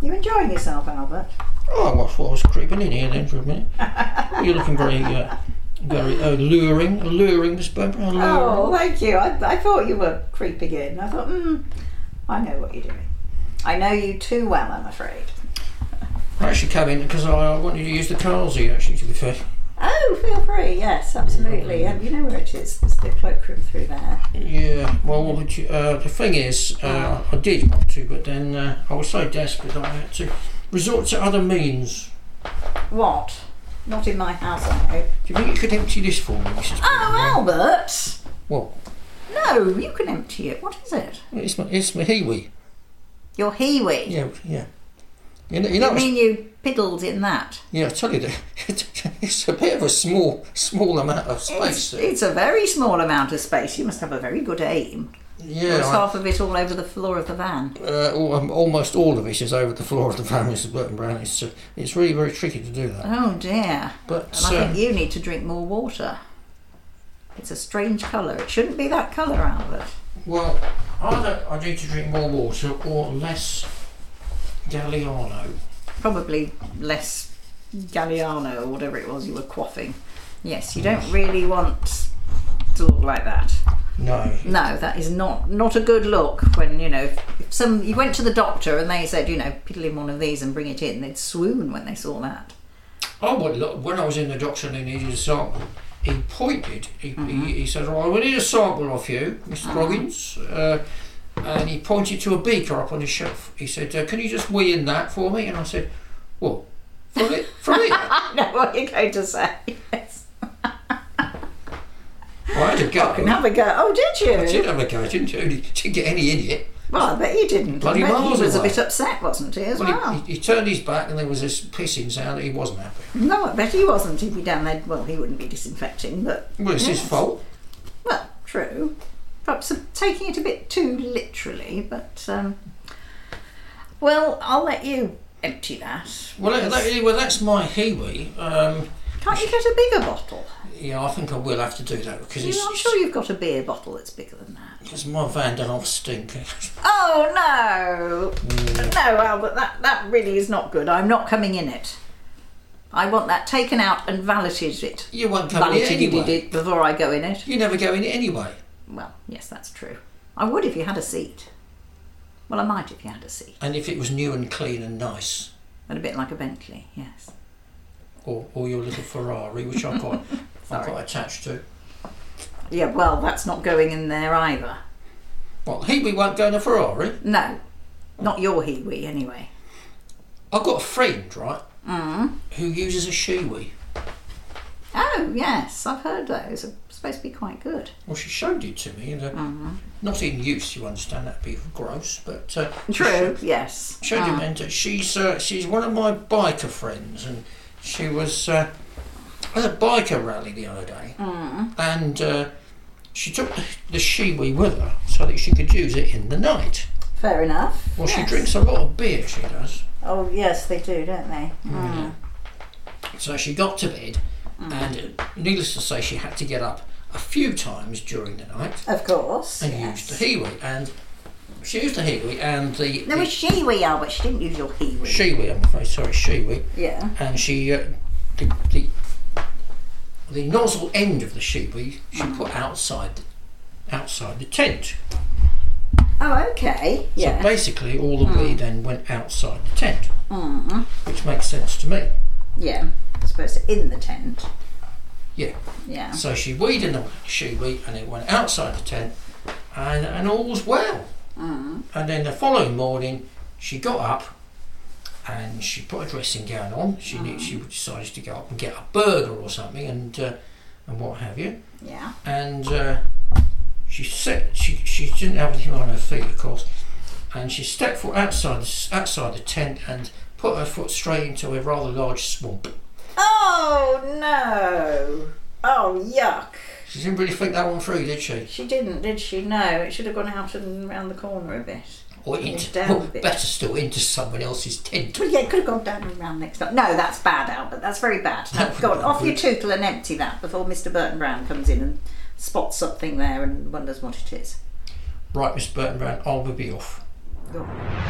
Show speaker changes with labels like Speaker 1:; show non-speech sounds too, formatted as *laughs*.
Speaker 1: You enjoying yourself, Albert?
Speaker 2: Oh, what for? I was creeping in here then for a minute. You're looking very, uh, very alluring, alluring, Miss Bumper. Alluring.
Speaker 1: Oh, thank you. I, I thought you were creeping in. I thought, hmm, I know what you're doing. I know you too well, I'm afraid.
Speaker 2: I actually came in because I wanted to use the Carlsy, actually, to be fair.
Speaker 1: Oh, feel free. Yes, absolutely. Um, you know where it is. It's the cloakroom through there.
Speaker 2: Yeah, well, would you- uh, the thing is, uh,
Speaker 1: Oh.
Speaker 2: I did want to, but then uh, I was so desperate that I had to resort to other means.
Speaker 1: What? Not in my house, I hope.
Speaker 2: Do you think you could empty this for me, Mrs.
Speaker 1: Oh, Albert!
Speaker 2: Well,
Speaker 1: No, you can empty it. What is it?
Speaker 2: it's my, it's my Heewee.
Speaker 1: Your heewee.
Speaker 2: Yeah, yeah. You know, you know
Speaker 1: You mean you piddled in that?
Speaker 2: yeah, I tell you, *laughs* that it's a bit of a small, small amount of
Speaker 1: It's,
Speaker 2: space.
Speaker 1: it's a very small amount of space. You must have a very good aim.
Speaker 2: yeah,
Speaker 1: There's
Speaker 2: I-
Speaker 1: half of it all over the floor of the van.
Speaker 2: uh, al- um, almost all of it is over the floor of the van, Mrs. Burton Brown. It's, uh, it's really very tricky to do that.
Speaker 1: Oh dear.
Speaker 2: But
Speaker 1: And I
Speaker 2: um,
Speaker 1: think you need to drink more water. It's a strange colour. It shouldn't be that colour, Albert.
Speaker 2: Well, either I need to drink more water or less Galliano.
Speaker 1: Probably less Galliano or whatever it was you were quaffing. Yes, you don't really want to look like that.
Speaker 2: No.
Speaker 1: No, that is not not a good look. When you know, if, if some you went to the doctor and they said, you know, piddle in one of these and bring it in, they'd swoon when they saw that. *laughs*
Speaker 2: Oh, well, look, when I was in the doctor and he needed a sample, he pointed. He,
Speaker 1: Mm-hmm.
Speaker 2: he, he said, "Right, we need a sample of you, mister
Speaker 1: Uh-huh.
Speaker 2: Groggins." Uh, and he pointed to a beaker up on the shelf. He said, uh, "Can you just weigh in that for me?" And I said, "Well, from it, from
Speaker 1: *laughs*
Speaker 2: it." I
Speaker 1: I know what you're going to say. Yes.
Speaker 2: had a go.
Speaker 1: And have a go. Oh, did you?
Speaker 2: I did have a go. I didn't, didn't get any in it.
Speaker 1: Well, I bet you didn't.
Speaker 2: Bloody
Speaker 1: I bet he
Speaker 2: miles
Speaker 1: was
Speaker 2: away.
Speaker 1: a bit upset, wasn't he, as well?
Speaker 2: Well, he, he, he turned his back and there was this pissing sound that he wasn't happy.
Speaker 1: No, I bet he wasn't. He'd be down there. Well, he wouldn't be disinfecting, but
Speaker 2: Well, it's his
Speaker 1: Yes.
Speaker 2: fault.
Speaker 1: well, true. Perhaps taking it a bit too literally, but um, well, I'll let you empty that.
Speaker 2: Well, that, that, well, that's my Heewee. Um,
Speaker 1: Can't you get a bigger bottle?
Speaker 2: yeah, I think I will have to do that because
Speaker 1: You
Speaker 2: it's,
Speaker 1: know, I'm sure you've got a beer bottle that's bigger than that.
Speaker 2: it's my van done off stink.
Speaker 1: Oh no, no, Albert, that that really is not good. I'm not coming in it. I want that taken out and valeted it.
Speaker 2: *laughs* you won't come in it
Speaker 1: Valeted
Speaker 2: anyway.
Speaker 1: it before I go in it.
Speaker 2: You never go in it anyway.
Speaker 1: Well, yes, that's true. I would if you had a seat. Well, I might if you had a seat.
Speaker 2: And if it was new and clean and nice,
Speaker 1: And a bit like a Bentley, yes.
Speaker 2: or, or your little Ferrari, which I'm
Speaker 1: *laughs*
Speaker 2: quite, I'm
Speaker 1: Sorry.
Speaker 2: quite attached to.
Speaker 1: Yeah, well, that's not going in there either.
Speaker 2: Well, Heewee won't go in a Ferrari.
Speaker 1: No, not your Heewee anyway.
Speaker 2: I've got a friend, right,
Speaker 1: Mm.
Speaker 2: who uses a Shiwi.
Speaker 1: Oh, yes, I've heard those. Are supposed to be quite good.
Speaker 2: Well, she showed it to me. And, uh,
Speaker 1: Mm-hmm.
Speaker 2: Not in use, you understand. That'd be gross, but uh,
Speaker 1: True, Ah. yes.
Speaker 2: Showed him and uh, she's uh, she's one of my biker friends, and she was uh, at a biker rally the other day,
Speaker 1: Mm.
Speaker 2: and uh, she took the shiwi with her so that she could use it in the night.
Speaker 1: Fair enough.
Speaker 2: Well, she
Speaker 1: yes.
Speaker 2: drinks a lot of beer, she does.
Speaker 1: Oh, yes, they do, don't they?
Speaker 2: Mm. So she got to bed,
Speaker 1: Mm.
Speaker 2: and uh, needless to say, she had to get up a few times during the night
Speaker 1: Mm. Of course.
Speaker 2: and
Speaker 1: yes.
Speaker 2: used the hiwi, and she used the hiwi and the,
Speaker 1: There
Speaker 2: the
Speaker 1: was Sheewee, Albert. She didn't use your Heewee.
Speaker 2: shiwi. I'm afraid, sorry, shiwi.
Speaker 1: yeah.
Speaker 2: and she uh, the, the the nozzle end of the shiwi she put outside the, outside the tent.
Speaker 1: Oh, okay. Yeah.
Speaker 2: So basically, all the weed then went outside the tent, which makes sense to me.
Speaker 1: yeah. I suppose in the tent.
Speaker 2: Yeah.
Speaker 1: Yeah.
Speaker 2: So she weed in the shiwi and it went outside the tent, and and all's well. And then the following morning, she got up. And she put a dressing gown on. She knew she decided to go up and get a burger or something, and uh, and what have you.
Speaker 1: Yeah.
Speaker 2: and uh, she set she, she didn't have anything on her feet of course and she stepped foot outside the, s- outside the tent and put her foot straight into a rather large swamp
Speaker 1: Oh no! Oh yuck!
Speaker 2: she didn't really think that one through did she
Speaker 1: She didn't, did she? No, it should have gone out and round the corner a bit.
Speaker 2: or
Speaker 1: It's
Speaker 2: into
Speaker 1: down a
Speaker 2: well,
Speaker 1: bit.
Speaker 2: better still into someone else's tent
Speaker 1: Well, yeah, it could have gone down and round next time. No, that's bad, Albert. That's very bad. No,
Speaker 2: That would
Speaker 1: go on,
Speaker 2: be
Speaker 1: off your
Speaker 2: good.
Speaker 1: tootle and empty that before Mr. Burton Brown comes in and spots something there and wonders what it is.
Speaker 2: right Miss Burton Brown I'll be off
Speaker 1: Go on.